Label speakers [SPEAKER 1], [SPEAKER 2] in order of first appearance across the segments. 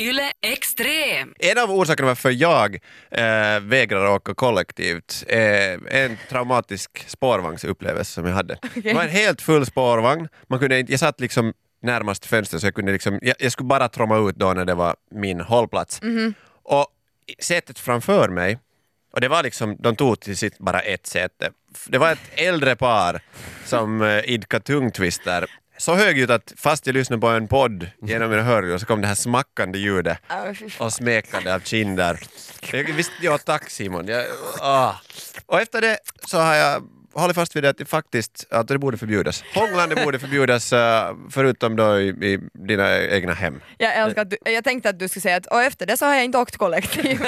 [SPEAKER 1] Yle Extrem.
[SPEAKER 2] En av orsakerna varför jag eh, vägrar åka kollektivt är en traumatisk spårvagnsupplevelse som jag hade. Det var en helt full spårvagn, man kunde inte, jag satt liksom närmast fönstret så jag kunde liksom, jag, jag skulle bara tromma ut då när det var min hållplats. Och sätet framför mig, och det var liksom, de tog till sitt bara ett säte. F- Det var ett äldre par som eh, idkade tungtwister. Så högljutt att fast jag lyssnade på en podd genom mina hörlurar så kom det här smackande ljudet
[SPEAKER 3] Ja, fy fan.
[SPEAKER 2] och smekande av kinder. Jag visste, ja tack Simon. Jag, ah. Och efter det så har jag hållit fast vid det att det faktiskt att det borde förbjudas. Hånglande borde förbjudas eh, förutom då i, i dina egna hem.
[SPEAKER 3] Jag, älskar att du, jag tänkte att du skulle säga att och efter det så har jag inte åkt kollektiv.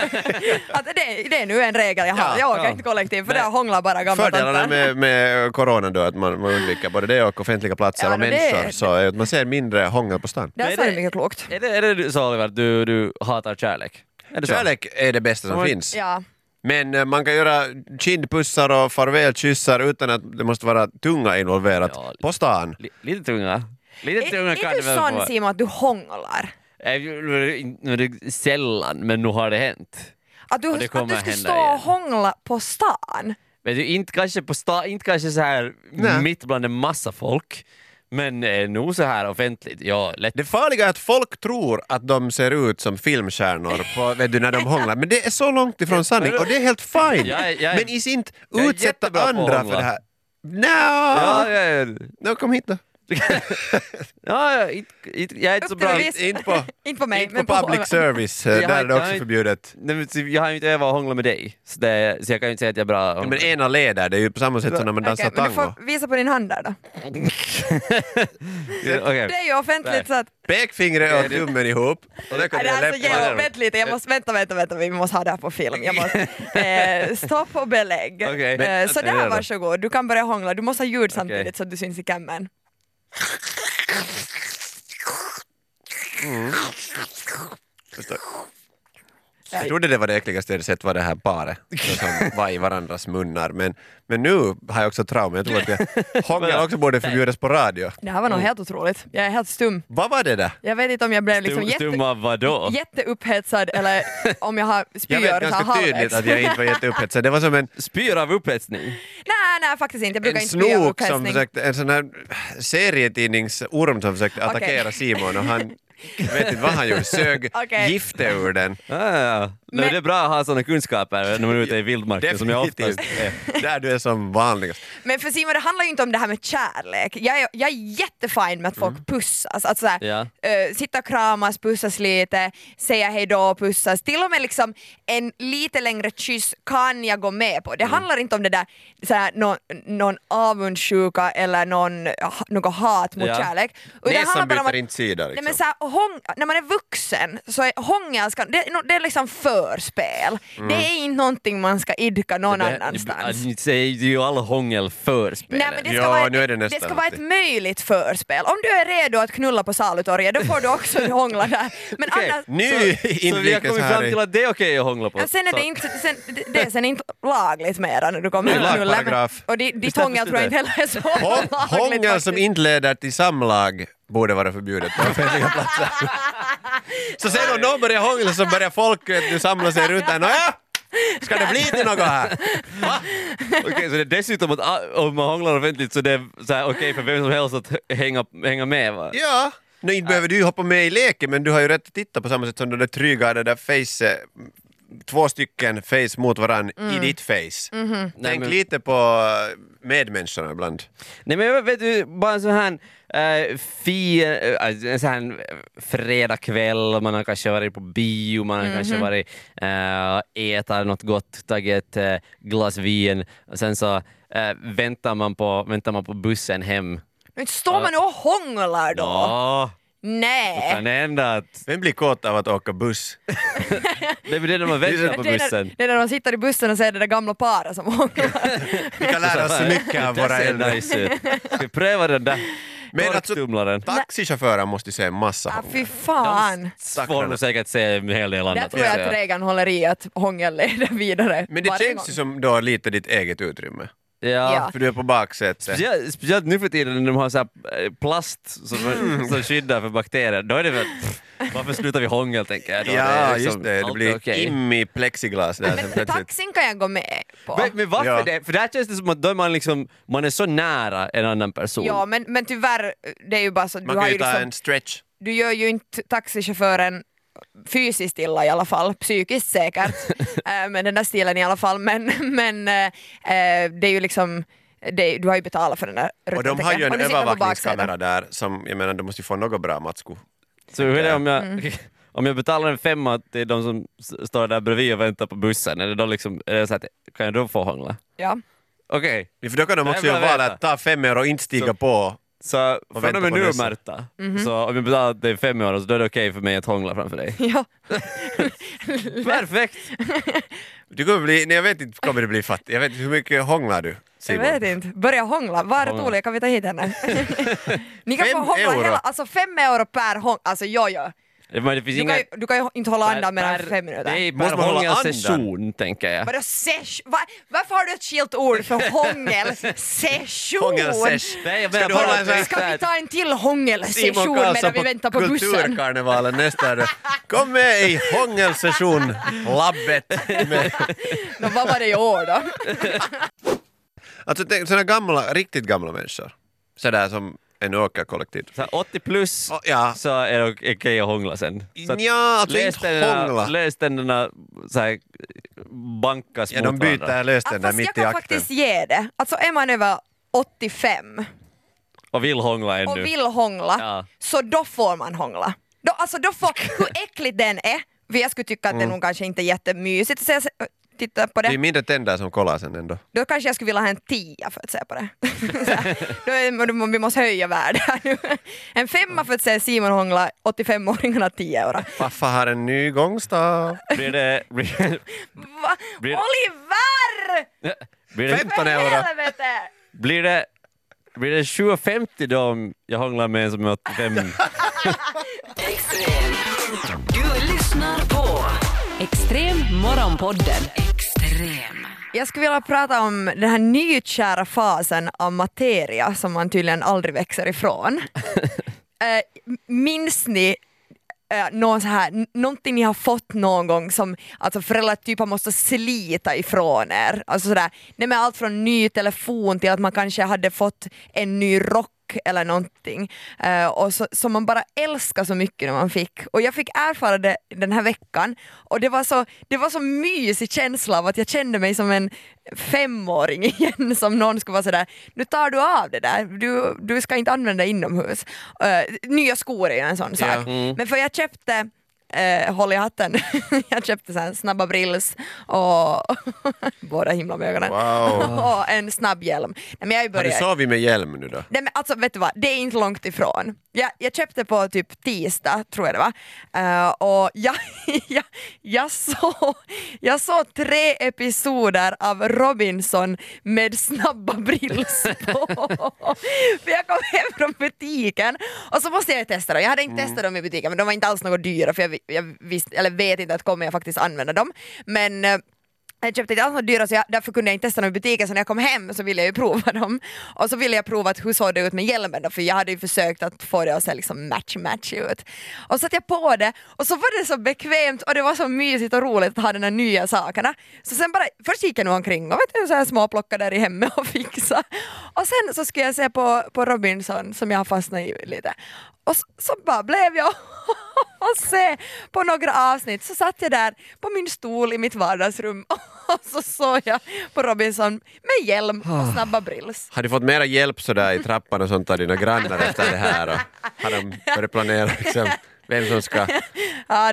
[SPEAKER 3] att det, det är nu en regel jag har,
[SPEAKER 2] Ja,
[SPEAKER 3] jag åker
[SPEAKER 2] ja.
[SPEAKER 3] inte kollektiv för
[SPEAKER 2] Nej.
[SPEAKER 3] där hånglar bara gamla
[SPEAKER 2] Fördelarna
[SPEAKER 3] tantar.
[SPEAKER 2] med, med corona då är att man, man undviker både det och offentliga platser
[SPEAKER 3] Ja,
[SPEAKER 2] och
[SPEAKER 3] no, det-
[SPEAKER 2] människor så är att man ser mindre hångel på stan.
[SPEAKER 3] Där
[SPEAKER 4] Men
[SPEAKER 3] sa
[SPEAKER 4] det-
[SPEAKER 3] du mycket klokt.
[SPEAKER 4] Är det, är det så Oliver, att du, du hatar kärlek? Är det så?
[SPEAKER 2] Kärlek är det bästa som
[SPEAKER 4] Ja.
[SPEAKER 2] finns.
[SPEAKER 3] Ja.
[SPEAKER 2] Men eh, man kan göra kindpussar och farvälkyssar utan att det måste vara tunga involverat
[SPEAKER 4] Ja.
[SPEAKER 2] på stan.
[SPEAKER 4] Li- lite tunga. Lite
[SPEAKER 3] Är,
[SPEAKER 4] tunga kan
[SPEAKER 3] är
[SPEAKER 4] det
[SPEAKER 3] du
[SPEAKER 4] väl
[SPEAKER 3] sån
[SPEAKER 4] vara.
[SPEAKER 3] Simon att du hånglar?
[SPEAKER 4] Eh, Nu är det- nu är det sällan, men nu har det hänt.
[SPEAKER 3] Att du,
[SPEAKER 4] Och det
[SPEAKER 3] att
[SPEAKER 4] kommer
[SPEAKER 3] du skulle
[SPEAKER 4] hända
[SPEAKER 3] stå och
[SPEAKER 4] igen.
[SPEAKER 3] hångla på stan?
[SPEAKER 4] Vet du, inte kanske på sta, inte kanske så här
[SPEAKER 2] Nej.
[SPEAKER 4] mitt bland en massa folk, men eh, nog så här offentligt. Ja, lätt.
[SPEAKER 2] Det farliga är att folk tror att de ser ut som filmstjärnor på, vet du, när de hånglar, men det är så långt ifrån sanning och det är helt fine.
[SPEAKER 4] Jag är- jag är-
[SPEAKER 2] men i sin t-
[SPEAKER 4] jag är
[SPEAKER 2] utsätta
[SPEAKER 4] jättebra på att
[SPEAKER 2] andra för
[SPEAKER 4] hångla.
[SPEAKER 2] det här.
[SPEAKER 4] Ja,
[SPEAKER 2] Nja,
[SPEAKER 4] ja, ja.
[SPEAKER 2] no, kom hit då.
[SPEAKER 4] ja, ja inte, inte, jag är inte så
[SPEAKER 3] Upp till
[SPEAKER 4] bra.
[SPEAKER 3] bevis.
[SPEAKER 2] Inte på,
[SPEAKER 3] Inte på mig,
[SPEAKER 2] inte
[SPEAKER 3] men
[SPEAKER 2] på public service, eh,
[SPEAKER 4] Jag
[SPEAKER 2] där
[SPEAKER 4] har-
[SPEAKER 2] är det
[SPEAKER 4] jag
[SPEAKER 2] också
[SPEAKER 4] har-
[SPEAKER 2] förbjudet.
[SPEAKER 4] Nej, men typ, jag har ju inte övat att hångla med dig, så, det, så jag kan ju inte säga att jag är bra
[SPEAKER 2] Men ena leder, det är ju på samma sätt som när man dansar
[SPEAKER 3] Okej, men du
[SPEAKER 2] tango.
[SPEAKER 3] får visa på din hand där då.
[SPEAKER 4] Ja, okej.
[SPEAKER 3] Det är ju offentligt
[SPEAKER 4] Nej.
[SPEAKER 3] så att...
[SPEAKER 2] Pekfingret och tummen ihop. Och där
[SPEAKER 3] Nej,
[SPEAKER 2] kommer
[SPEAKER 3] det här är så
[SPEAKER 2] läpparna.
[SPEAKER 3] jävla offentligt. Jag måste, vänta, vänta, vänta, vi måste ha det här på film. Jag måste, eh, stopp och belägg.
[SPEAKER 4] Okej.
[SPEAKER 3] eh, så
[SPEAKER 4] Men-
[SPEAKER 3] där, varsågod. Du kan börja hångla. Du måste ha ljud samtidigt
[SPEAKER 4] Okej.
[SPEAKER 3] så att du syns i kammaren.
[SPEAKER 2] Jag trodde det var det äckligaste jag sett var det här paret som var i varandras munnar. Men, men nu har jag också trauma. Jag tror att jag, hångel också borde förbjudas på radio.
[SPEAKER 3] Det här var nog helt otroligt. Jag är helt stum.
[SPEAKER 2] Vad var det där?
[SPEAKER 3] Jag vet inte om jag blev liksom
[SPEAKER 4] Stum,
[SPEAKER 3] jätte,
[SPEAKER 4] stum av vadå?
[SPEAKER 3] jätteupphetsad eller om jag har
[SPEAKER 2] Jag
[SPEAKER 3] spyor
[SPEAKER 2] vet
[SPEAKER 3] så här
[SPEAKER 2] ganska tydligt
[SPEAKER 3] halvvägs.
[SPEAKER 2] att jag inte var jätteupphetsad. Det var som en,
[SPEAKER 4] Spyr av upphetsning?
[SPEAKER 3] Nej, nej, faktiskt inte. Jag brukar
[SPEAKER 2] en
[SPEAKER 3] inte spy av
[SPEAKER 2] snok som
[SPEAKER 3] upphetsning.
[SPEAKER 2] försökte, en sån här serietidningsorm som försökte attackera Simon och han vet inte vad han gjorde, sög
[SPEAKER 3] Okej.
[SPEAKER 2] gifte ur den.
[SPEAKER 4] Ah, ja. Men,
[SPEAKER 3] Men-
[SPEAKER 4] det är bra att ha sådana kunskaper när man är ute i vildmarken som jag
[SPEAKER 2] Definitivt.
[SPEAKER 4] oftast är.
[SPEAKER 2] Där du är som vanligast.
[SPEAKER 3] Men för Simon, det handlar ju inte om det här med kärlek. Jag är, jag är jättefin med att folk pussas. Att sådär,
[SPEAKER 4] Mm. Ja.
[SPEAKER 3] eh, sitta och kramas, pussas lite, säga hejdå och pussas. Till och med liksom en lite längre kyss kan jag gå med på. Det
[SPEAKER 4] Mm.
[SPEAKER 3] handlar inte om det där sådär, någon, någon avundsjuka eller någon, ha- något hat mot
[SPEAKER 4] Ja.
[SPEAKER 3] kärlek. Utan det handlar
[SPEAKER 2] Näsan
[SPEAKER 3] bara om
[SPEAKER 2] byter
[SPEAKER 3] att-
[SPEAKER 2] inte sida liksom.
[SPEAKER 3] Nej, men så här, hång, när man är vuxen så är hångel, ska, det, är nå- det är liksom förspel. Det är inte någonting man ska idka någon annanstans.
[SPEAKER 4] Mm. Det, det, det är ju all hångel för spelet.
[SPEAKER 3] Nej, men det ska,
[SPEAKER 2] Ja,
[SPEAKER 3] vara, ett-
[SPEAKER 2] nu är det
[SPEAKER 3] det
[SPEAKER 2] nästan
[SPEAKER 3] ska vara ett
[SPEAKER 2] alltid.
[SPEAKER 3] möjligt förspel. Om du är redo att knulla på salutorget då får du också hångla där. Men
[SPEAKER 4] Okej.
[SPEAKER 3] annars,
[SPEAKER 2] Ny
[SPEAKER 4] Så vi har
[SPEAKER 2] inrikes
[SPEAKER 4] kommit
[SPEAKER 2] här
[SPEAKER 4] fram
[SPEAKER 2] i
[SPEAKER 4] till att det är okej att hångla på.
[SPEAKER 3] ja, sen är det,
[SPEAKER 4] Så-
[SPEAKER 3] inte, sen, det- det är sen inte lagligt mera när du kommer
[SPEAKER 2] Det är
[SPEAKER 3] till knulla. men-
[SPEAKER 2] lagparagraf.
[SPEAKER 3] Och di- ditt
[SPEAKER 4] Bestämmer
[SPEAKER 3] hångel
[SPEAKER 4] du
[SPEAKER 3] tror jag inte
[SPEAKER 4] det?
[SPEAKER 3] heller är så
[SPEAKER 2] Hång-
[SPEAKER 3] lagligt.
[SPEAKER 2] Hångel som
[SPEAKER 3] faktiskt.
[SPEAKER 2] inte leder till samlag borde vara förbjudet på offentliga platser. Så sen om någon börjar hångla så börjar folk eh, du samla sig runt där. Nåja, ska det bli till något här? Va?
[SPEAKER 4] Okej, så det är dessutom att ah, om man hånglar offentligt så det är så här okej för vem som helst att hänga, hänga med va?
[SPEAKER 2] Ja. Nu inte behöver du ju hoppa med i leken men du har ju rätt att titta på samma sätt som de där trygga, det där face, eh, två stycken face mot varann i ditt face.
[SPEAKER 4] Nej,
[SPEAKER 2] Tänk
[SPEAKER 4] men-
[SPEAKER 2] lite på eh, medmänniskorna ibland.
[SPEAKER 4] Nej men jag vet du, bara en sån här eh, fi, eh, alltså, en sån här fredagkväll, man har kanske varit på bio, man har
[SPEAKER 3] Mhm.
[SPEAKER 4] kanske varit eh, äta något gott, tagit ett eh, glas vin och sen så eh, väntar, man på, väntar man på bussen hem.
[SPEAKER 3] Men Står man och hånglar då?
[SPEAKER 4] Ja,
[SPEAKER 3] Nej.
[SPEAKER 4] kan det hända att...
[SPEAKER 2] Vem blir kåt av att åka buss?
[SPEAKER 4] Det är väl det när man
[SPEAKER 3] Det
[SPEAKER 4] väntar
[SPEAKER 3] är
[SPEAKER 4] på
[SPEAKER 3] när-
[SPEAKER 4] bussen.
[SPEAKER 3] Det är när de sitter i bussen och ser det där gamla paret som hånglar.
[SPEAKER 2] Vi kan lära oss så mycket av
[SPEAKER 4] Det där
[SPEAKER 2] våra
[SPEAKER 4] ser
[SPEAKER 2] äldre.
[SPEAKER 4] nice ut. Ska vi pröva den där
[SPEAKER 2] Men alltså-
[SPEAKER 4] torktumlaren?
[SPEAKER 2] Taxichaufförer måste ju se en massa
[SPEAKER 3] ah,
[SPEAKER 2] hångel.
[SPEAKER 3] fy fan.
[SPEAKER 4] Alltså, får nog säkert se en hel del
[SPEAKER 3] Där
[SPEAKER 4] annat.
[SPEAKER 3] tror jag
[SPEAKER 4] också.
[SPEAKER 3] att regeln håller i att hångel leder vidare.
[SPEAKER 2] Men det
[SPEAKER 3] varje
[SPEAKER 2] känns ju
[SPEAKER 3] gång.
[SPEAKER 2] som då lite ditt eget utrymme.
[SPEAKER 4] ja.
[SPEAKER 3] Ja.
[SPEAKER 2] För du är på baksätet.
[SPEAKER 4] Speciellt,
[SPEAKER 2] Mm.
[SPEAKER 4] speciellt nu för tiden när de har så här eh, plast som, som skyddar för bakterier. Då är det väl... Varför slutar vi hångel tänker jag då?
[SPEAKER 2] Ja,
[SPEAKER 4] är liksom
[SPEAKER 2] just det. Det
[SPEAKER 4] allt
[SPEAKER 2] blir
[SPEAKER 4] är okej.
[SPEAKER 2] immig plexiglas där sen
[SPEAKER 3] Men
[SPEAKER 2] plötsligt.
[SPEAKER 3] taxin kan jag gå med på.
[SPEAKER 4] Men, men varför
[SPEAKER 2] Ja.
[SPEAKER 4] det? För där känns det som att då är man, liksom, man är så nära en annan person.
[SPEAKER 3] Ja, men, men tyvärr, det är ju bara så att du,
[SPEAKER 2] Man
[SPEAKER 3] har
[SPEAKER 2] kan
[SPEAKER 3] ju
[SPEAKER 2] ju ta
[SPEAKER 3] liksom,
[SPEAKER 2] en stretch.
[SPEAKER 3] du gör ju inte taxichauffören fysiskt illa i alla fall, psykiskt säkert, eh, med den där stilen i alla fall, men, men eh, eh, det är ju liksom det, du har ju betalat för den där rutan.
[SPEAKER 2] Och de har
[SPEAKER 3] tänker
[SPEAKER 2] ju
[SPEAKER 3] jag.
[SPEAKER 2] en
[SPEAKER 3] du sitter på
[SPEAKER 2] övervakningskamera
[SPEAKER 3] baksidan.
[SPEAKER 2] där som, jag menar, de måste ju få något bra Matsko.
[SPEAKER 4] Så hur är det om jag,
[SPEAKER 3] Mm.
[SPEAKER 4] om jag betalar en femma till de som s- står där bredvid och väntar på bussen, är det då liksom, är det så att, kan jag då få hångla?
[SPEAKER 3] Ja.
[SPEAKER 4] Okej,
[SPEAKER 2] För då kan de
[SPEAKER 4] Nej,
[SPEAKER 2] också
[SPEAKER 4] jag
[SPEAKER 2] göra
[SPEAKER 4] vet
[SPEAKER 2] valet
[SPEAKER 4] det.
[SPEAKER 2] att ta fem euro och inte stiga
[SPEAKER 4] Så-
[SPEAKER 2] på.
[SPEAKER 4] så
[SPEAKER 2] Och
[SPEAKER 4] från
[SPEAKER 2] vänta
[SPEAKER 4] och med
[SPEAKER 2] på
[SPEAKER 4] nu
[SPEAKER 2] bussen.
[SPEAKER 4] Märta,
[SPEAKER 3] Mhm.
[SPEAKER 4] så om jag betalar dig fem euro så då är det okej för mig att hångla framför dig.
[SPEAKER 3] ja.
[SPEAKER 4] Perfekt!
[SPEAKER 2] Du kommer bli, nej jag vet inte, kommer du bli fattig? Jag vet inte, hur mycket hånglar du
[SPEAKER 3] Jag
[SPEAKER 2] Simon?
[SPEAKER 3] vet inte, börja hångla. Var är
[SPEAKER 4] Hångla.
[SPEAKER 3] Tuulia? Kan vi ta hit henne? Ni kan få
[SPEAKER 2] Fem
[SPEAKER 3] hångla
[SPEAKER 2] euro.
[SPEAKER 3] hela, alltså fem euro per hång... Alltså jo, jo.
[SPEAKER 4] Men det finns
[SPEAKER 3] Du kan,
[SPEAKER 4] inga...
[SPEAKER 3] ju, du kan ju inte hålla andan mellan
[SPEAKER 4] per-
[SPEAKER 3] fem minuter.
[SPEAKER 4] Nej, per
[SPEAKER 2] Måste man hålla andan?
[SPEAKER 4] hångelsession tänker jag.
[SPEAKER 3] Vadå sesh? Va, varför har du ett skilt ord för hångel? Session?
[SPEAKER 2] Hångelsesh.
[SPEAKER 4] Nej, jag
[SPEAKER 2] Ska
[SPEAKER 4] menar
[SPEAKER 2] du
[SPEAKER 4] bara
[SPEAKER 2] hålla
[SPEAKER 4] att
[SPEAKER 2] en
[SPEAKER 4] det är
[SPEAKER 2] sån-
[SPEAKER 4] så
[SPEAKER 3] Ska
[SPEAKER 4] här-
[SPEAKER 3] vi ta en till hångelsession
[SPEAKER 2] Simon
[SPEAKER 3] medan
[SPEAKER 2] Karlsson
[SPEAKER 3] vi
[SPEAKER 2] på
[SPEAKER 3] väntar på bussen?
[SPEAKER 2] Kulturkarnevalen nästa år. Kom med i hångelsession, labbet. Med.
[SPEAKER 3] Nå, vad var det i år då?
[SPEAKER 2] Alltså tänk, sådana gamla, riktigt gamla människor. Sådär som ännu åker kollektivt.
[SPEAKER 4] så här 80 plus
[SPEAKER 2] Ja, Ah, Ja,
[SPEAKER 4] så är det okej att hångla sen. Så att-
[SPEAKER 2] ja alltså
[SPEAKER 4] Lös
[SPEAKER 2] inte
[SPEAKER 4] tänderna,
[SPEAKER 2] hångla.
[SPEAKER 4] lös tänderna så här, bankas
[SPEAKER 2] Ja,
[SPEAKER 4] mot
[SPEAKER 2] de byter
[SPEAKER 4] varandra.
[SPEAKER 2] löständerna
[SPEAKER 3] Fast jag
[SPEAKER 2] mitt i
[SPEAKER 3] kan
[SPEAKER 2] akten.
[SPEAKER 3] faktiskt ge det. Alltså är man över 85
[SPEAKER 4] Och vill hångla ännu.
[SPEAKER 3] och vill hångla,
[SPEAKER 4] Ja.
[SPEAKER 3] så då får man hångla. Då, alltså då får, hur äckligt den är, för jag skulle tycka att
[SPEAKER 2] Mm.
[SPEAKER 3] det nog kanske inte är jättemysigt att se, titta på
[SPEAKER 2] Det är
[SPEAKER 3] det.
[SPEAKER 2] mindre tänder som kollar sen ändå.
[SPEAKER 3] Då kanske jag skulle vilja ha en tia för att se på det. Så här, då är, då må- vi måste höja värdet här nu. En femma för att se Simon hångla, 85-åringarna 10 euro.
[SPEAKER 2] Pappa har en ny gångstav.
[SPEAKER 4] Blir det... Blir,
[SPEAKER 3] Va?
[SPEAKER 4] Blir-
[SPEAKER 3] Oliver!
[SPEAKER 4] blir det,
[SPEAKER 2] Fem-
[SPEAKER 3] För
[SPEAKER 2] 15 euro.
[SPEAKER 3] helvete!
[SPEAKER 4] blir det, blir det 7,50 då om jag hånglar med en som är 85?
[SPEAKER 1] Extrem. Du lyssnar på Extrem Morgonpodden. Extrem.
[SPEAKER 3] Jag skulle vilja prata om den här nykära fasen av materia som man tydligen aldrig växer ifrån. Eh, minns ni eh, någon så här, n- någonting ni har fått någon gång som alltså föräldrar typ har måste slita ifrån er? Alltså sådär, nej men allt från ny telefon till att man kanske hade fått en ny rock eller någonting Eh, och så, som man bara älskar så mycket när man fick och jag fick erfara det den här veckan och det var så, det var så mysig känsla av att jag kände mig som en femåring igen som någon skulle vara sådär nu tar du av det där, du, du ska inte använda det inomhus. Eh, nya skor är ju en sån sak.
[SPEAKER 2] Ja. Mm.
[SPEAKER 3] Men för jag köpte eh, håll i hatten. jag köpte så här snabba brills och båda himla med ögonen.
[SPEAKER 2] Wow.
[SPEAKER 3] och en snabb hjälm. Nej, men jag har ju
[SPEAKER 2] Har du
[SPEAKER 3] börjat...
[SPEAKER 2] sovit med hjälm nu då?
[SPEAKER 3] Nej men alltså vet du vad, det är inte långt ifrån. Jag, jag köpte på typ tisdag, tror jag det var, Eh, och jag, jag, jag, såg, jag såg tre episoder av Robinson med snabba brills på. För jag kom hem från butiken och så måste jag ju testa dem. Jag hade inte testat dem i butiken men de var inte alls något dyra för jag, vi- jag visste, eller vet inte att kommer jag faktiskt använda dem. Men eh, jag köpte inte alls något dyra så jag, därför kunde jag inte testa dem i butiken så när jag kom hem så ville jag ju prova dem. Och så ville jag prova att hur såg det ut med hjälmen då för jag hade ju försökt att få det att se liksom match match ut. Och så satte jag på det och så var det så bekvämt och det var så mysigt och roligt att ha de här nya sakerna. Så sen bara, först gick jag nog omkring och vet du, så här småplocka där i hemmet och fixa. Och sen så skulle jag se på, på Robinson som jag har fastnat i lite. Och så, så bara blev jag och se på några avsnitt så satt jag där på min stol i mitt vardagsrum och så såg jag på Robinson med hjälm
[SPEAKER 2] Ah.
[SPEAKER 3] och snabba brills.
[SPEAKER 2] Har du fått mera hjälp sådär i trappan och sånt av dina grannar efter det här? Och har de börjat planera liksom, vem som ska
[SPEAKER 3] Ja,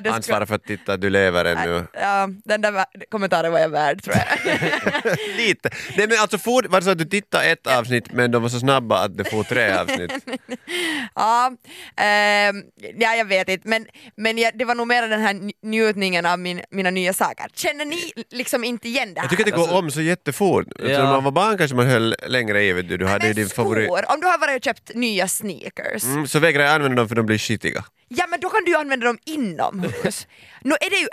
[SPEAKER 3] det skulle-
[SPEAKER 2] ansvara för att titta att du lever ännu?
[SPEAKER 3] Ja, den där va- kommentaren var jag värd tror jag.
[SPEAKER 2] Lite. Nej men alltså, for, var det så att du tittade ett avsnitt men de var så snabba att det får tre avsnitt?
[SPEAKER 3] ja, ehm, ja, jag vet inte men, men jag, det var nog mer den här nj- njutningen av min, mina nya saker. Känner ni liksom inte igen det
[SPEAKER 2] Eh,
[SPEAKER 3] här?
[SPEAKER 2] Jag tycker att det går om så jättefort. Alltså,
[SPEAKER 4] Ja.
[SPEAKER 2] När man var barn kanske man höll längre i, vet du, du hade ju
[SPEAKER 3] Men
[SPEAKER 2] din favorit.
[SPEAKER 3] skor, Om du har varit och köpt nya sneakers
[SPEAKER 2] Mm, så vägrar jag använda dem för de blir skitiga.
[SPEAKER 3] Ja men då kan du ju använda dem inomhus. nu är det ju,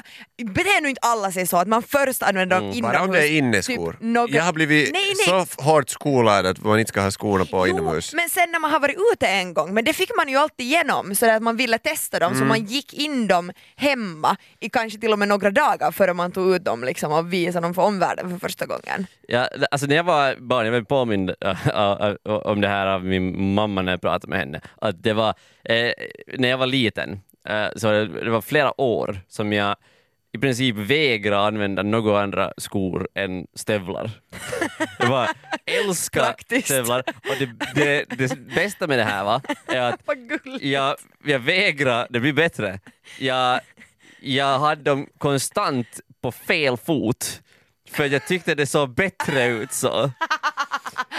[SPEAKER 3] beter nu inte alla sig så att man först använder dem inomhus.
[SPEAKER 2] Mm, Bara om det är inneskor.
[SPEAKER 3] typ några-
[SPEAKER 2] Jag har blivit
[SPEAKER 3] nej, nej.
[SPEAKER 2] så f- hårt skolad att man inte ska ha skorna på inomhus.
[SPEAKER 3] Jo, men sen när man har varit ute en gång, men det fick man ju alltid igenom så att man ville testa dem
[SPEAKER 2] Mm.
[SPEAKER 3] så man gick in dem hemma i kanske till och med några dagar före man tog ut dem liksom, och visade dem för omvärlden för första gången.
[SPEAKER 4] Ja, det- alltså när jag var barn, jag blev påmind äh, äh, äh, om det här av min mamma när jag pratade med henne. Att det var, eh, när jag var liten, eh, så det, det var flera år som jag i princip vägrade använda några andra skor än stövlar. Jag bara älskar
[SPEAKER 3] Praktiskt.
[SPEAKER 4] stövlar. Och det, det, det bästa med det här va, är att
[SPEAKER 3] Vad gulligt!
[SPEAKER 4] jag, jag vägrar, det blir bättre. Jag, jag hade dem konstant på fel fot för jag tyckte det såg bättre ut så.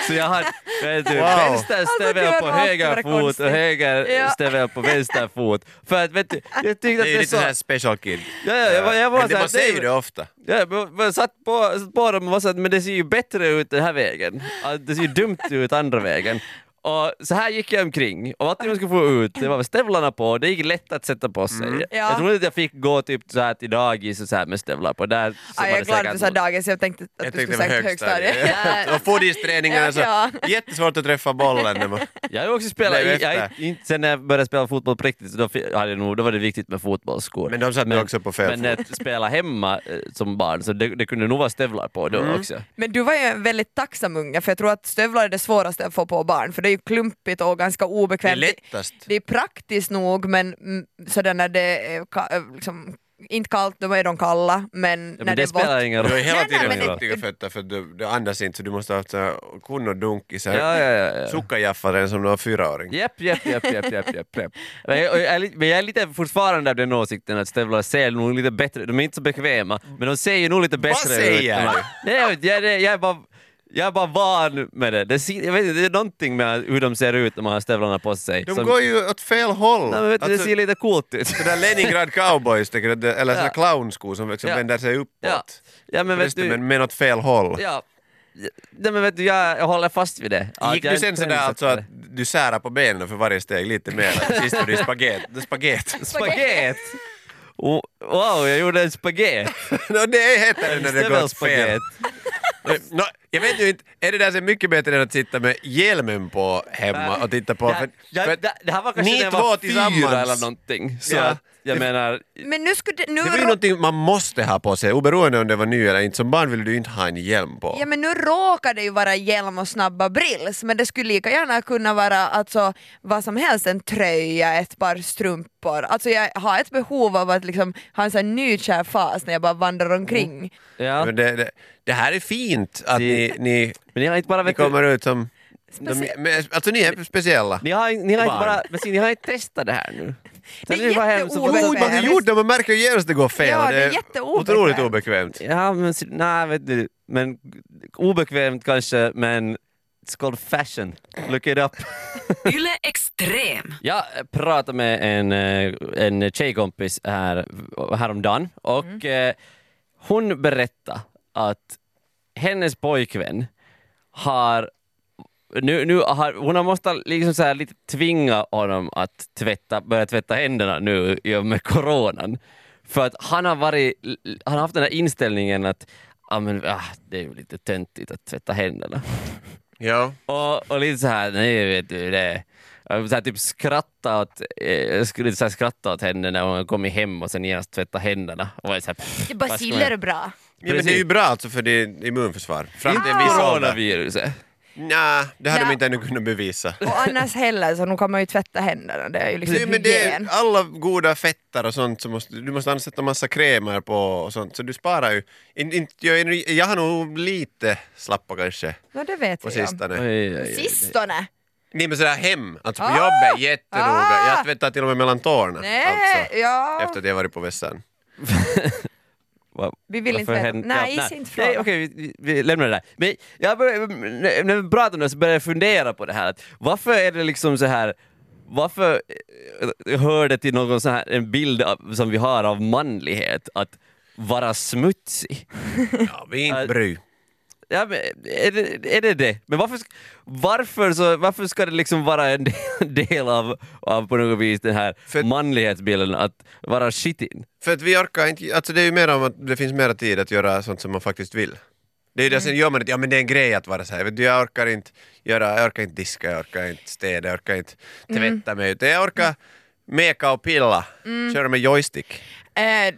[SPEAKER 4] Så jag hade jag hade
[SPEAKER 2] Wow.
[SPEAKER 4] vänster
[SPEAKER 3] Alltså,
[SPEAKER 4] stövel
[SPEAKER 3] du har
[SPEAKER 4] på
[SPEAKER 3] allt
[SPEAKER 4] höger
[SPEAKER 3] varit
[SPEAKER 4] fot och
[SPEAKER 3] konstigt.
[SPEAKER 4] höger
[SPEAKER 3] Ja.
[SPEAKER 4] stövel på vänster fot. För att vet du, jag tyckte att
[SPEAKER 2] Det är ju
[SPEAKER 4] det
[SPEAKER 2] lite
[SPEAKER 4] såg...
[SPEAKER 2] sån här special kid.
[SPEAKER 4] Ja, ja, jag var- jag var
[SPEAKER 2] men det,
[SPEAKER 4] så här,
[SPEAKER 2] man säger ju
[SPEAKER 4] det-
[SPEAKER 2] det ofta.
[SPEAKER 4] Ja, jag bara satt på, satt på dem och var så att, men det ser ju bättre ut den här vägen. Ja, Det ser ju dumt ut andra vägen. Och så här gick jag omkring och allt jag skulle få ut, det var stövlarna på, det gick lätt att sätta på sig.
[SPEAKER 3] Mm. Ja.
[SPEAKER 4] Jag trodde att jag fick gå typ så här till dagis och så här med stövlar på. Där
[SPEAKER 3] Aj,
[SPEAKER 4] så var
[SPEAKER 3] jag är
[SPEAKER 4] det
[SPEAKER 3] glad att du
[SPEAKER 4] säkert
[SPEAKER 3] sa
[SPEAKER 4] någon-
[SPEAKER 3] dagis, jag tänkte att
[SPEAKER 2] Jag
[SPEAKER 3] du
[SPEAKER 2] tänkte
[SPEAKER 3] skulle
[SPEAKER 2] det var
[SPEAKER 3] sagt högstadiet.
[SPEAKER 2] högstadiet. och fotisträningarna, så
[SPEAKER 3] Ja.
[SPEAKER 2] jättesvårt att träffa bollen. När man,
[SPEAKER 4] Jag har ju också spelat,
[SPEAKER 2] Blev
[SPEAKER 4] jag,
[SPEAKER 2] efter.
[SPEAKER 4] jag, inte- sen när jag började spela fotboll på riktigt så då, fi- hade jag nog, då var det viktigt med fotbollsskor.
[SPEAKER 2] men de satt nu också på fel
[SPEAKER 4] Men
[SPEAKER 2] fot.
[SPEAKER 4] att spela hemma eh, som barn, så det, det kunde nog vara stövlar på då
[SPEAKER 2] Mm.
[SPEAKER 4] också.
[SPEAKER 3] Men du var ju en väldigt tacksam unge för jag tror att stövlar är det svåraste att få på barn för det är ju klumpigt och ganska
[SPEAKER 2] Det är
[SPEAKER 3] obekvämt.
[SPEAKER 2] lättast.
[SPEAKER 3] Det är praktiskt nog men mm, sådär när det är ka- äh, liksom, inte kallt, då är de kalla men
[SPEAKER 4] Ja,
[SPEAKER 3] när
[SPEAKER 4] men
[SPEAKER 3] det
[SPEAKER 4] det
[SPEAKER 3] är vått.
[SPEAKER 4] spelar ingen
[SPEAKER 2] Du
[SPEAKER 4] roll.
[SPEAKER 2] har ju hela
[SPEAKER 3] Nej, nej,
[SPEAKER 2] tiden
[SPEAKER 3] men det-
[SPEAKER 2] fuktiga fötter för du, du andas inte så du måste ha haft så här kunn och dunk i så här
[SPEAKER 4] Ja, ja, ja, ja.
[SPEAKER 2] sockerjaffaren som du var fyraåring.
[SPEAKER 4] Japp, japp, japp, japp, japp, japp, japp. Men jag, och jag är li- men jag är lite fortfarande av den åsikten att stövlar ser nog lite bättre De är inte så bekväma, men de ser ju nog lite bättre
[SPEAKER 2] säger
[SPEAKER 4] ut.
[SPEAKER 2] du?
[SPEAKER 4] Nej, jag, vet, jag, är- jag, är bara, jag är bara van med det. det ser, jag vet inte, det är någonting med hur de ser ut när man har stövlarna på sig.
[SPEAKER 2] De
[SPEAKER 4] som-
[SPEAKER 2] går ju åt fel håll.
[SPEAKER 4] Nej, men vet, du,
[SPEAKER 2] Alltså,
[SPEAKER 4] det ser lite coolt ut.
[SPEAKER 2] sådär Leningrad cowboys, tänker du, eller sådana
[SPEAKER 4] Ja.
[SPEAKER 2] clownskor som liksom
[SPEAKER 4] Ja.
[SPEAKER 2] vänder sig uppåt.
[SPEAKER 4] Ja. Ja, men vet
[SPEAKER 2] Förresten,
[SPEAKER 4] du,
[SPEAKER 2] men, men åt fel håll.
[SPEAKER 4] ja, nej, men vet du jag, jag håller fast vid det. Att
[SPEAKER 2] Gick
[SPEAKER 4] jag
[SPEAKER 2] du
[SPEAKER 4] är
[SPEAKER 2] sen
[SPEAKER 4] en
[SPEAKER 2] sådär alltså att
[SPEAKER 4] trendsättare.
[SPEAKER 2] du särar på benen för varje steg lite mer? Sist var det spaget. spaget.
[SPEAKER 4] Spaget! Oh, wow, jag gjorde en spaget!
[SPEAKER 2] no, det heter det när det går åt fel.
[SPEAKER 4] Stövelspaget.
[SPEAKER 2] Nå, jag vet ju inte, är det där så mycket bättre än att sitta med hjälmen på hemma och titta på? För,
[SPEAKER 4] Ja,
[SPEAKER 2] för,
[SPEAKER 4] det, det här var kanske
[SPEAKER 2] ni
[SPEAKER 4] när jag
[SPEAKER 2] två
[SPEAKER 4] var
[SPEAKER 2] tillsammans.
[SPEAKER 4] fyra eller någonting. Så
[SPEAKER 2] Ja.
[SPEAKER 4] att, jag menar,
[SPEAKER 3] Men nu skulle det, nu
[SPEAKER 2] det var ju
[SPEAKER 3] rå-
[SPEAKER 2] någonting man måste ha på sig, oberoende om det var ny eller inte. Som barn ville du ju inte ha en hjälm på.
[SPEAKER 3] Ja men nu råkar det ju vara hjälm och snabba brills men det skulle lika gärna kunna vara alltså, vad som helst, en tröja, ett par strumpor. Alltså jag har ett behov av att liksom, ha en sån här nykär fas när jag bara vandrar omkring.
[SPEAKER 4] ja.
[SPEAKER 2] Men det, det, det här är fint att
[SPEAKER 4] Det-
[SPEAKER 2] ni, ni,
[SPEAKER 4] men ni har inte bara,
[SPEAKER 2] ni
[SPEAKER 4] vet du,
[SPEAKER 2] kommer ut som... De,
[SPEAKER 3] Speciellt.
[SPEAKER 2] men, alltså ni är speciella.
[SPEAKER 4] ni har, ni har inte
[SPEAKER 2] Barn.
[SPEAKER 4] bara, men se, ni har inte testat det här nu.
[SPEAKER 3] Det är
[SPEAKER 4] Sen ni var hem så får-
[SPEAKER 2] Jo, man har
[SPEAKER 3] Obekvämt.
[SPEAKER 2] gjort det, man märker ju genast att det går fel.
[SPEAKER 3] Ja,
[SPEAKER 2] och
[SPEAKER 3] det är jätteobekvämt.
[SPEAKER 2] Otroligt obekvämt.
[SPEAKER 4] Ja, men se, nej vet du, men obekvämt kanske, men it's called fashion. Look it up.
[SPEAKER 1] Yle Extrem.
[SPEAKER 4] Jag pratade med en, eh, en tjejkompis här, häromdagen och eh, hon berättade att hennes pojkvän har nu, nu har, hon har måste liksom så här lite tvinga honom att tvätta, börja tvätta händerna nu i och med coronan. För att han har, varit, han har haft den här inställningen att ah, men, ah, det är ju lite töntigt att tvätta händerna.
[SPEAKER 2] Ja.
[SPEAKER 4] Och, och lite så här, nej vet du det. Så här, typ skratta åt, eh, jag skulle så här, skratta åt henne när hon kommit hem och sen genast tvätta händerna. Och var så här, pff,
[SPEAKER 3] Det är
[SPEAKER 4] vad ska man-
[SPEAKER 3] Baciller är bra.
[SPEAKER 2] Ja, men det är ju bra alltså för ditt immunförsvar. Fram till en viss ålder.
[SPEAKER 4] Coronaviruset.
[SPEAKER 2] Nja, det hade
[SPEAKER 3] Nja.
[SPEAKER 2] de inte ännu kunnat bevisa.
[SPEAKER 3] Och annars heller så nu kan man ju tvätta händerna, det är ju liksom
[SPEAKER 2] Nej, men det
[SPEAKER 3] hygien.
[SPEAKER 2] är alla goda fetter och sånt, så måste, du måste ansätta massa krämer på och sånt, så du sparar ju. In, in, jag, är- jag har nog lite slappa kanske
[SPEAKER 3] Ja det vet
[SPEAKER 2] på
[SPEAKER 3] vi ju.
[SPEAKER 2] sistone.
[SPEAKER 4] Oj, oj, oj.
[SPEAKER 3] Sistone!
[SPEAKER 2] Nej men sådär hem, alltså på
[SPEAKER 3] Ah!
[SPEAKER 2] jobbet jättenoga.
[SPEAKER 3] Ah!
[SPEAKER 2] Jag tvättar till och med mellan tårna.
[SPEAKER 3] Nej,
[SPEAKER 2] Alltså,
[SPEAKER 3] ja.
[SPEAKER 2] efter att jag varit på vässan.
[SPEAKER 4] Va-
[SPEAKER 3] Vi vill inte
[SPEAKER 4] varför
[SPEAKER 3] veta.
[SPEAKER 4] hän-
[SPEAKER 3] Nej, is inte
[SPEAKER 4] Nej,
[SPEAKER 3] fråga.
[SPEAKER 4] okej, vi, vi- vi lämnar det där. Men jag började, när vi pratade om det så började jag fundera på det här. Att varför är det liksom så här varför eh, hör det till någon så här, en bild av, som vi har av manlighet att vara smutsig?
[SPEAKER 2] Ja, vi är inte bry.
[SPEAKER 4] Ja, men är, det, är det det? Men varför, sk- varför, så, varför ska det liksom vara en del, del av, av på något vis den här
[SPEAKER 2] För-
[SPEAKER 4] manlighetsbilden att vara shitin?
[SPEAKER 2] För att vi orkar inte, alltså det är ju mer om att det finns mer tid att göra sånt som man faktiskt vill. Det är
[SPEAKER 3] Mm.
[SPEAKER 2] ju det, sen gör man det, ja men det är en grej att vara så här, vet du, jag orkar inte göra, jag orkar inte diska, jag orkar inte städa, jag orkar inte
[SPEAKER 3] Mm.
[SPEAKER 2] tvätta mig, utan jag orkar meka och pilla,
[SPEAKER 3] Mm.
[SPEAKER 2] köra med joystick.
[SPEAKER 3] Eh,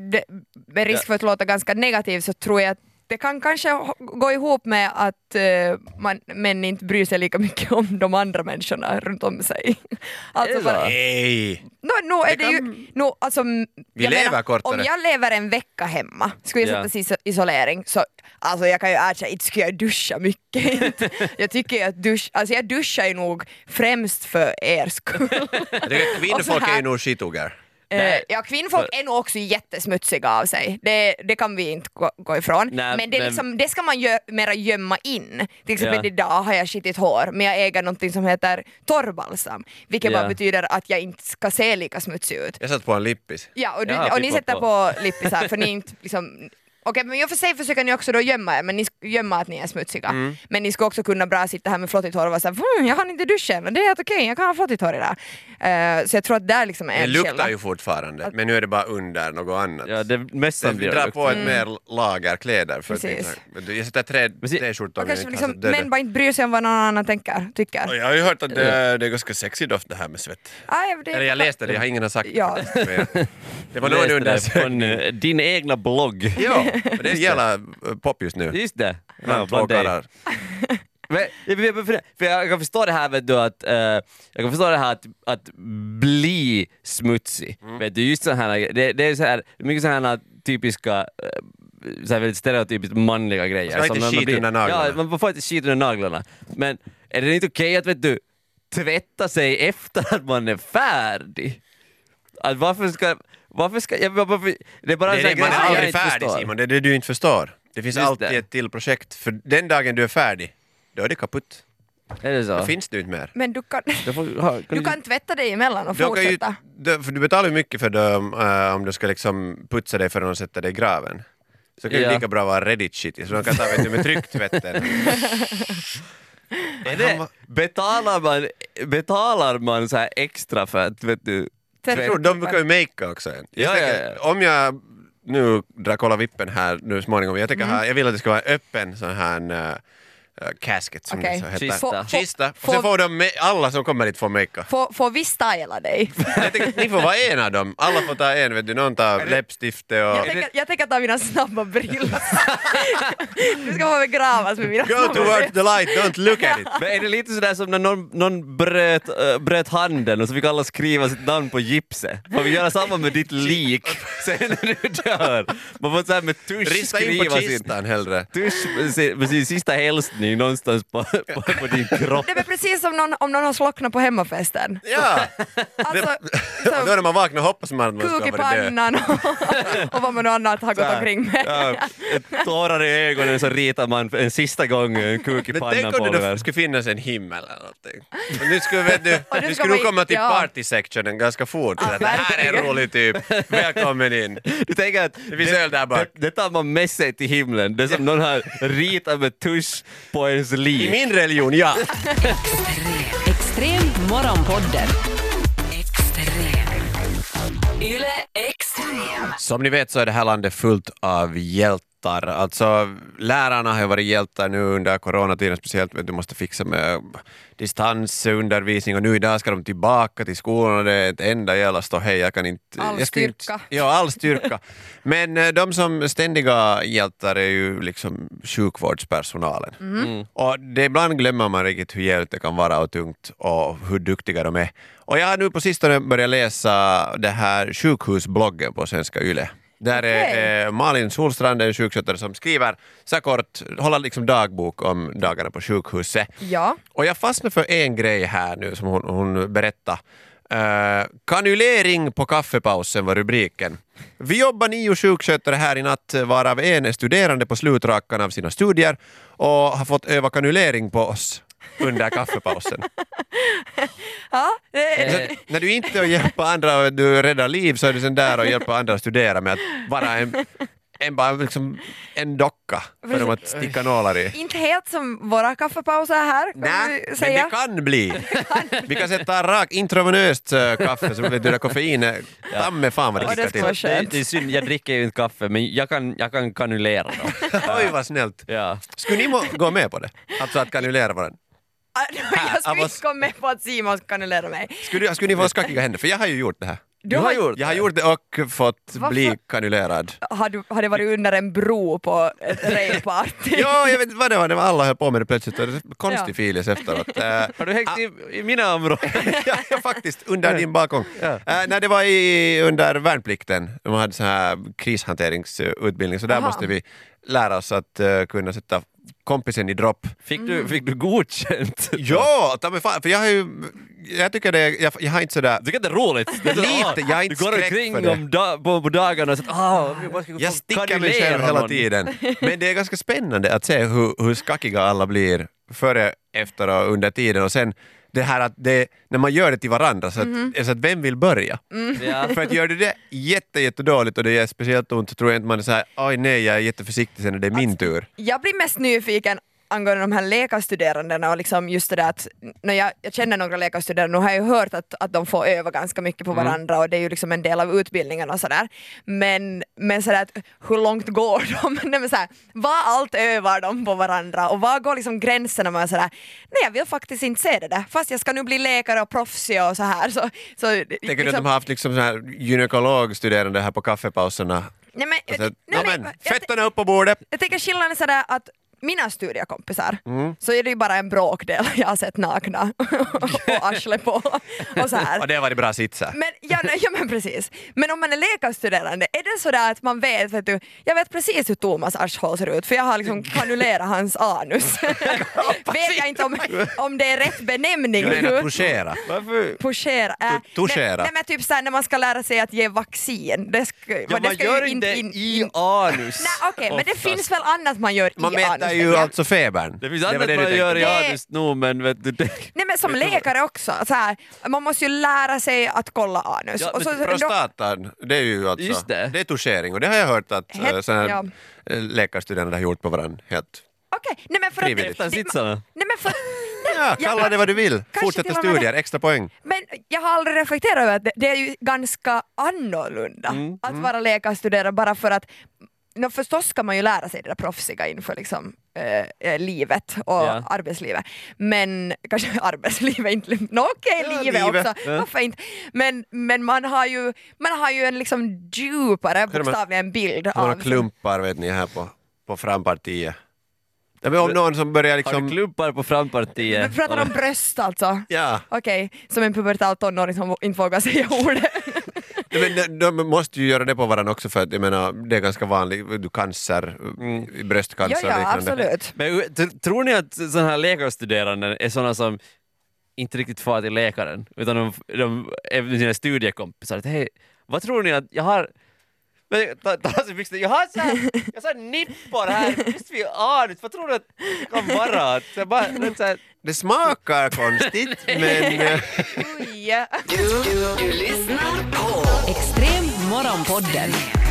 [SPEAKER 3] det, med risk för att låta ganska negativ så tror jag att det kan kanske h- gå ihop med att eh, man, män inte bryr sig lika mycket om de andra människorna runt om sig. Alltså
[SPEAKER 4] Eller?
[SPEAKER 3] bara,
[SPEAKER 2] Nej!
[SPEAKER 3] no, no,
[SPEAKER 2] Det
[SPEAKER 3] är det
[SPEAKER 2] kan-
[SPEAKER 3] ju, no, alltså, m-
[SPEAKER 2] Vi
[SPEAKER 3] jag
[SPEAKER 2] lever kortare.
[SPEAKER 3] Om jag lever en vecka hemma, skulle jag
[SPEAKER 4] Ja.
[SPEAKER 3] sättas i iso- isolering, så alltså, jag kan ju erkänna, inte skulle jag duscha mycket. Inte. jag tycker ju att dusch, alltså, jag duschar ju nog främst för er skull.
[SPEAKER 2] Jag tycker att
[SPEAKER 3] Och så
[SPEAKER 2] kvinnfolk
[SPEAKER 3] här-
[SPEAKER 2] är ju nog skitogar.
[SPEAKER 3] Eh, ja, kvinnfolk är nog också jättesmutsiga av sig. Det, det kan vi inte gå, gå ifrån.
[SPEAKER 4] Nej,
[SPEAKER 3] men det, är
[SPEAKER 4] men-
[SPEAKER 3] liksom, det ska man gö, mera gömma in. Till exempel
[SPEAKER 4] Ja.
[SPEAKER 3] idag har jag skitit hår, men jag äger någonting som heter torrbalsam, vilket
[SPEAKER 4] Ja.
[SPEAKER 3] bara betyder att jag inte ska se lika smutsig ut.
[SPEAKER 2] Jag satt på en lippis.
[SPEAKER 3] Ja, och, du,
[SPEAKER 4] Ja,
[SPEAKER 3] och ni
[SPEAKER 4] fick
[SPEAKER 3] sätter på
[SPEAKER 4] vara
[SPEAKER 3] lippisar för ni inte liksom Okej, men i och för sig försöker ni också då gömma er, men ni sk- gömma att ni är smutsiga.
[SPEAKER 2] Mm.
[SPEAKER 3] Men ni ska också kunna bra sitta här med flottigt hår och vara såhär "Mm, jag har inte duschen, men det är helt okej, jag kan ha flottigt hår idag. Eh, så jag tror att där liksom är
[SPEAKER 2] Det
[SPEAKER 3] en
[SPEAKER 2] luktar
[SPEAKER 3] källa.
[SPEAKER 2] ju fortfarande, men nu är det bara under något annat.
[SPEAKER 4] Ja, det
[SPEAKER 2] Så
[SPEAKER 4] mest
[SPEAKER 2] vi drar på ett mer lager kläder. För att
[SPEAKER 3] Precis.
[SPEAKER 2] liksom- jag sätter tre,
[SPEAKER 4] Men se-
[SPEAKER 2] tre skjortor
[SPEAKER 3] Och
[SPEAKER 2] men
[SPEAKER 3] kanske
[SPEAKER 2] inte har
[SPEAKER 3] liksom,
[SPEAKER 2] så döda.
[SPEAKER 3] män bara inte bryr sig om vad någon annan tänker, tycker.
[SPEAKER 2] Och Jag har ju hört att
[SPEAKER 3] Mm.
[SPEAKER 2] det, det är ganska sexig doft det här med svett.
[SPEAKER 3] Ah, ja, det,
[SPEAKER 2] Eller jag läste det, jag har ingen har sagt det
[SPEAKER 3] Ja.
[SPEAKER 2] faktiskt, men jag- det. var någon undersökning.
[SPEAKER 4] eh, din egna blogg.
[SPEAKER 2] Ja, och det är jävla eh, pop just nu.
[SPEAKER 4] Just det.
[SPEAKER 2] Bland två karlar.
[SPEAKER 4] Men, jag- jag- för, för jag kan förstå det här vet du, att, eh, jag kan förstå det här att, att bli smutsig.
[SPEAKER 2] Mm.
[SPEAKER 4] Vet du, just så här, det, det är så här, mycket så här typiska eh, så här väldigt stereotypiskt manliga grejer.
[SPEAKER 2] Man ska inte
[SPEAKER 4] Som när
[SPEAKER 2] skit under naglarna.
[SPEAKER 4] Ja, man får inte skit under naglarna. Men är det inte okej att vet du, tvätta sig efter att man är färdig? Att varför ska... Varför ska jag, varför, det är bara
[SPEAKER 2] Det
[SPEAKER 4] en sån
[SPEAKER 2] är det, man är
[SPEAKER 4] här grej som jag
[SPEAKER 2] aldrig
[SPEAKER 4] inte
[SPEAKER 2] färdig
[SPEAKER 4] förstår.
[SPEAKER 2] Simon, det är det du inte förstår. Det finns
[SPEAKER 4] Just
[SPEAKER 2] alltid
[SPEAKER 4] det.
[SPEAKER 2] ett till projekt, för den dagen du är färdig, då är det kaputt.
[SPEAKER 4] Är det så?
[SPEAKER 2] Då finns det ju inte mer.
[SPEAKER 3] Men du kan,
[SPEAKER 4] Jag får ha-
[SPEAKER 3] du kan tvätta dig emellan och
[SPEAKER 2] Du, kan ju,
[SPEAKER 3] fortsätta.
[SPEAKER 2] du, för du betalar ju mycket för det om, äh, om du ska liksom putsa dig förrän de sätter dig i graven. Så kan
[SPEAKER 4] Ja.
[SPEAKER 2] ju lika bra vara reddit shit så de kan ta vet du, med trycktvätten.
[SPEAKER 4] Är det, betalar man, betalar man så här extra för att vet du,
[SPEAKER 3] Tvätta.
[SPEAKER 2] Jo, de brukar ju makea också. en. Jag
[SPEAKER 4] Ja,
[SPEAKER 2] tänker,
[SPEAKER 4] ja,
[SPEAKER 2] Om jag nu drar kolla vippen här nu småningom, jag,
[SPEAKER 3] Mm.
[SPEAKER 2] tänker ha, jag vill att det ska vara öppen sån här uh, casket som
[SPEAKER 3] Okej.
[SPEAKER 2] det så heter.
[SPEAKER 4] Kista.
[SPEAKER 3] Få- få-
[SPEAKER 2] Kista. Och
[SPEAKER 3] få-
[SPEAKER 2] sen får de, ma- alla som kommer dit får makea.
[SPEAKER 3] Får, får vi styla dig?
[SPEAKER 2] Jag tänker, att ni får vara en av dem, alla får ta en, vet du, någon tar läppstiftet
[SPEAKER 3] Jag
[SPEAKER 2] och...
[SPEAKER 3] tänker, jag tänker ta mina snabba brillor. du ska få begravas med mina
[SPEAKER 2] Go
[SPEAKER 3] snabba
[SPEAKER 2] towards the light, don't look at it!
[SPEAKER 4] Men är det lite sådär som när någon, någon bröt, eh, bröt handen och så fick alla skriva sitt namn på gipset? Får vi göra samma med ditt lik sen när du dör? Man får såhär med tusch
[SPEAKER 2] Rista in på
[SPEAKER 4] skriva sin,
[SPEAKER 2] kistan hellre.
[SPEAKER 4] tusch med sin, med sin sista hälsning någonstans på, på, på din kropp.
[SPEAKER 3] Det är väl precis som någon, om någon har slocknat på hemmafesten.
[SPEAKER 2] Ja!
[SPEAKER 3] Alltså,
[SPEAKER 2] Och då
[SPEAKER 3] så,
[SPEAKER 2] när man vaknar hoppas man att man ska
[SPEAKER 3] kuk i
[SPEAKER 2] vara död.
[SPEAKER 3] pannan och, och vad man nu annat har gått
[SPEAKER 4] Såhär,
[SPEAKER 3] omkring med.
[SPEAKER 4] ja, Tårar i ögonen så ritar man en sista gång en kuk i
[SPEAKER 2] Men
[SPEAKER 4] pannan
[SPEAKER 2] tänk
[SPEAKER 4] på
[SPEAKER 2] om det då
[SPEAKER 4] Oliver.
[SPEAKER 2] skulle finnas en himmel eller någonting. Och nu skulle, vet du,
[SPEAKER 3] Och du
[SPEAKER 2] nu
[SPEAKER 3] ska
[SPEAKER 2] skulle du
[SPEAKER 3] vara i-
[SPEAKER 2] komma till
[SPEAKER 3] ja.
[SPEAKER 2] party-sectionen ganska fort.
[SPEAKER 3] Ja,
[SPEAKER 2] så att, det här är en
[SPEAKER 3] verkligen.
[SPEAKER 2] rolig typ, välkommen in.
[SPEAKER 4] Du tänker att
[SPEAKER 2] Det finns öl där bak.
[SPEAKER 4] Det, det tar man med sig till himlen. Det är som någon har ritat med tusch på ens
[SPEAKER 2] I
[SPEAKER 4] liv.
[SPEAKER 2] min religion, ja!
[SPEAKER 1] Extrem. Extrem morgonpodden. Extrem. Yle Extrem.
[SPEAKER 2] Som ni vet så är det här landet fullt av hjältar. Alltså lärarna har ju varit hjältar nu under coronatiden speciellt. men Du måste fixa med distansundervisning och nu idag ska de tillbaka till skolan och det är ett enda jävla ståhej. Jag kan inte...
[SPEAKER 3] All
[SPEAKER 2] jag skulle
[SPEAKER 3] styrka.
[SPEAKER 2] Inte, ja, all styrka. Men eh, de som ständiga hjältar är ju liksom sjukvårdspersonalen. Och det, ibland glömmer man riktigt hur jävligt det kan vara och tungt och hur duktiga de är. Och jag har nu på sistone börjat läsa det här sjukhusbloggen på Svenska Yle. Där är
[SPEAKER 3] Okej.
[SPEAKER 2] eh, Malin Solstrand, en sjukskötare, som skriver så kort, håller liksom dagbok om dagarna på sjukhuset.
[SPEAKER 3] Ja.
[SPEAKER 2] Och jag fastnar för en grej här nu som hon, hon berättade. Uh, kanulering på kaffepausen var rubriken. Vi jobbar nio sjukskötare här i natt varav en är studerande på slutrakan av sina studier och har fått eh, öva kanulering på oss under kaffepausen.
[SPEAKER 3] ja det,
[SPEAKER 2] Så att när du inte hjälper andra, du räddar liv, så är du sen där och hjälper andra att studera med att vara en en, bara, liksom, en docka för dem att sticka nålar i.
[SPEAKER 3] Inte helt som våra kaffepauser här, kan
[SPEAKER 2] Nej,
[SPEAKER 3] vi
[SPEAKER 2] men
[SPEAKER 3] säga.
[SPEAKER 2] det kan bli. Vi kan sätta rak intravenöst eh, kaffe så blir det där koffein. eh, Ta mig fan vad det
[SPEAKER 3] Ja, det
[SPEAKER 2] kickar
[SPEAKER 3] skulle vara
[SPEAKER 2] till.
[SPEAKER 3] skönt.
[SPEAKER 4] Det, det är synd, jag dricker ju inte kaffe men jag kan, jag kan kanulera dem.
[SPEAKER 2] Oj vad snällt.
[SPEAKER 4] Ja.
[SPEAKER 2] Skulle ni må- gå med på det? Alltså att kanulera varandra?
[SPEAKER 3] Ah, Jag
[SPEAKER 2] av
[SPEAKER 3] skulle
[SPEAKER 2] oss-
[SPEAKER 3] inte komma med på att Simon ska annullera mig.
[SPEAKER 2] Skulle, skulle ni få skakiga händer? För jag har ju gjort det här.
[SPEAKER 3] Du har gjort
[SPEAKER 2] Jag har gjort det och fått
[SPEAKER 3] Varför?
[SPEAKER 2] bli kanulerad.
[SPEAKER 3] Har, du, har det varit under en bro på ett rejvparty?
[SPEAKER 2] Ja, jag vet inte vad det var, det var alla höll på med det plötsligt. och det var Konstig filis efteråt. Eh,
[SPEAKER 4] Har du hängt i, i mina områden?
[SPEAKER 2] ja, ja, faktiskt, under din balkong.
[SPEAKER 4] Ja.
[SPEAKER 2] Eh, nej, det var i, under värnplikten, de hade så här krishanteringsutbildning, så där
[SPEAKER 3] Aha.
[SPEAKER 2] måste vi lära oss att eh, kunna sätta kompisen i dropp.
[SPEAKER 4] Fick
[SPEAKER 3] Mm.
[SPEAKER 4] du, fick du godkänt?
[SPEAKER 2] Ja, ta mig fan, för jag har ju, jag tycker det, jag, jag har inte sådär,
[SPEAKER 4] Jag tycker att det är roligt. Det är så,
[SPEAKER 2] Lite,
[SPEAKER 4] ah,
[SPEAKER 2] jag är inte
[SPEAKER 4] Du går
[SPEAKER 2] skräck
[SPEAKER 4] omkring
[SPEAKER 2] för det.
[SPEAKER 4] om da, på, på dagarna och så att ah, jag bara ska
[SPEAKER 2] jag
[SPEAKER 4] få
[SPEAKER 2] sticker mig
[SPEAKER 4] kanulera
[SPEAKER 2] själv hela
[SPEAKER 4] någon.
[SPEAKER 2] tiden. Men det är ganska spännande att se hur, hur skackiga alla blir före, efter och under tiden och sen det här att det, när man gör det till varandra, så att,
[SPEAKER 3] Mhm.
[SPEAKER 2] så att vem vill börja?
[SPEAKER 3] Mm.
[SPEAKER 4] Ja.
[SPEAKER 2] För att gör du det jätte, jätte dåligt och det gör speciellt ont så tror jag inte man är såhär oj nej jag är jätteförsiktig sen när det är
[SPEAKER 3] Alltså,
[SPEAKER 2] min tur.
[SPEAKER 3] Jag blir mest nyfiken angående de här läkarstuderandena och liksom just det där att när jag, jag känner några läkarstuderande och har ju hört att, att de får öva ganska mycket
[SPEAKER 2] Mm.
[SPEAKER 3] på varandra och det är ju liksom en del av utbildningen och sådär. Men, men sådär att hur långt går de? Nej, men såhär, vad allt övar de på varandra och var går liksom gränsen när man är sådär nej jag vill faktiskt inte se det där fast jag ska nu bli läkare och proffsig och så här. Så, så,
[SPEAKER 2] Tänker du att de har haft liksom så här gynekologstuderande här på kaffepauserna?
[SPEAKER 3] nej, men,
[SPEAKER 2] Och så, att,
[SPEAKER 3] nej,
[SPEAKER 2] "Nå, Alltså, men,
[SPEAKER 3] jag- jag-
[SPEAKER 2] fettarna upp på bordet!
[SPEAKER 3] jag tänker skillnaden är sådär att mina studiekompisar
[SPEAKER 4] Mm.
[SPEAKER 3] så är det ju bara en bråkdel jag har sett nakna och arsle på och så
[SPEAKER 2] Och
[SPEAKER 3] här.
[SPEAKER 2] det har varit bra sitsar.
[SPEAKER 3] Men, ja, nej, ja men precis. Men om man är läkarstuderande, är det sådär att man vet, vet du, jag vet precis hur Thomas arshål ser ut för jag har
[SPEAKER 4] Mm.
[SPEAKER 3] liksom kanulerat hans anus. vet jag inte om, om det är rätt benämning.
[SPEAKER 2] Du menar touchera?
[SPEAKER 4] Varför?
[SPEAKER 3] Pushera. Äh,
[SPEAKER 2] Tu- touchera.
[SPEAKER 3] Nej, nej men typ såhär när man ska lära sig att ge vaccin. Det ska,
[SPEAKER 4] Ja,
[SPEAKER 3] det
[SPEAKER 4] man
[SPEAKER 3] ska
[SPEAKER 4] gör
[SPEAKER 3] ju
[SPEAKER 4] inte
[SPEAKER 3] in,
[SPEAKER 4] i
[SPEAKER 3] in,
[SPEAKER 4] anus.
[SPEAKER 3] Nej okej, men det
[SPEAKER 4] oftast.
[SPEAKER 3] finns väl annat man gör
[SPEAKER 2] Man
[SPEAKER 3] i
[SPEAKER 2] mäter
[SPEAKER 3] anus,
[SPEAKER 2] ju
[SPEAKER 3] tänker jag.
[SPEAKER 2] alltså febern.
[SPEAKER 4] Det finns
[SPEAKER 2] var
[SPEAKER 4] annat
[SPEAKER 2] du
[SPEAKER 4] man
[SPEAKER 2] tänkte.
[SPEAKER 4] gör i
[SPEAKER 3] Det-
[SPEAKER 4] anus nog men vet du det...
[SPEAKER 3] Nej men som
[SPEAKER 4] Vet du vad?
[SPEAKER 3] läkare också, så här, man måste ju lära sig att kolla anus.
[SPEAKER 4] Ja,
[SPEAKER 3] och så,
[SPEAKER 4] men
[SPEAKER 3] då,
[SPEAKER 2] Prostatan, det är ju alltså,
[SPEAKER 4] Just det.
[SPEAKER 2] är touchering och det har jag hört att
[SPEAKER 3] Helt-
[SPEAKER 2] äh, såna här
[SPEAKER 3] ja.
[SPEAKER 2] eh, läkarstudenter har gjort på varandra helt.
[SPEAKER 3] Okej, nej men för att...
[SPEAKER 2] Frivilligt.
[SPEAKER 3] det-
[SPEAKER 4] Utan sitsarna.
[SPEAKER 3] Nej men för...
[SPEAKER 2] Ja,
[SPEAKER 3] jag
[SPEAKER 2] kalla
[SPEAKER 3] kan-
[SPEAKER 2] det vad du vill,
[SPEAKER 3] kanske
[SPEAKER 2] fortsätta
[SPEAKER 3] till och med
[SPEAKER 2] studier, extra poäng.
[SPEAKER 3] Men jag har aldrig reflekterat över att det, det är ju ganska annorlunda
[SPEAKER 2] Mm,
[SPEAKER 3] att vara läkarstuderande bara för att Nå förstås ska man ju lära sig det där proffsiga inför liksom, eh, eh, livet och
[SPEAKER 4] Ja.
[SPEAKER 3] arbetslivet. Men kanske arbetslivet inte, nå okej
[SPEAKER 2] Ja,
[SPEAKER 3] livet,
[SPEAKER 2] livet.
[SPEAKER 3] också,
[SPEAKER 4] Ja.
[SPEAKER 3] varför inte? Men, men man, har ju, man har ju en liksom djupare
[SPEAKER 2] man-
[SPEAKER 3] bokstavligen bild
[SPEAKER 2] Några
[SPEAKER 3] av... liksom-
[SPEAKER 2] klumpar vet ni här på, på frampartiet. Ja, men om någon som börjar
[SPEAKER 4] Har du
[SPEAKER 2] liksom...
[SPEAKER 4] klumpar på
[SPEAKER 3] Vi
[SPEAKER 4] frampartiet?
[SPEAKER 3] pratar om bröst alltså.
[SPEAKER 2] Ja,
[SPEAKER 3] Okej, som en pubertal tonåring som inte vågar säga ordet.
[SPEAKER 2] men de, de måste ju göra det på varandra också för att jag menar, det är ganska vanligt, du cancer, mm. bröstcancer
[SPEAKER 3] ja,
[SPEAKER 2] och
[SPEAKER 3] ja,
[SPEAKER 2] liknande.
[SPEAKER 3] absolut.
[SPEAKER 4] Men hur- tr- tror ni att sådana här läkarstuderande är sådana som inte riktigt far till läkaren, utan de, de är med sina studiekompisar? Att, Hej, vad tror ni att jag har... Men, ta, ta av sig byxorna. Jag har så här, jag har så här nippor här just vid anus, vad tror du att det kan vara? Att jag bara, det är så här,
[SPEAKER 2] Det smakar konstigt men... eh,
[SPEAKER 3] Oj.
[SPEAKER 1] Du, du, du lyssnar på Extrem Morgonpodden.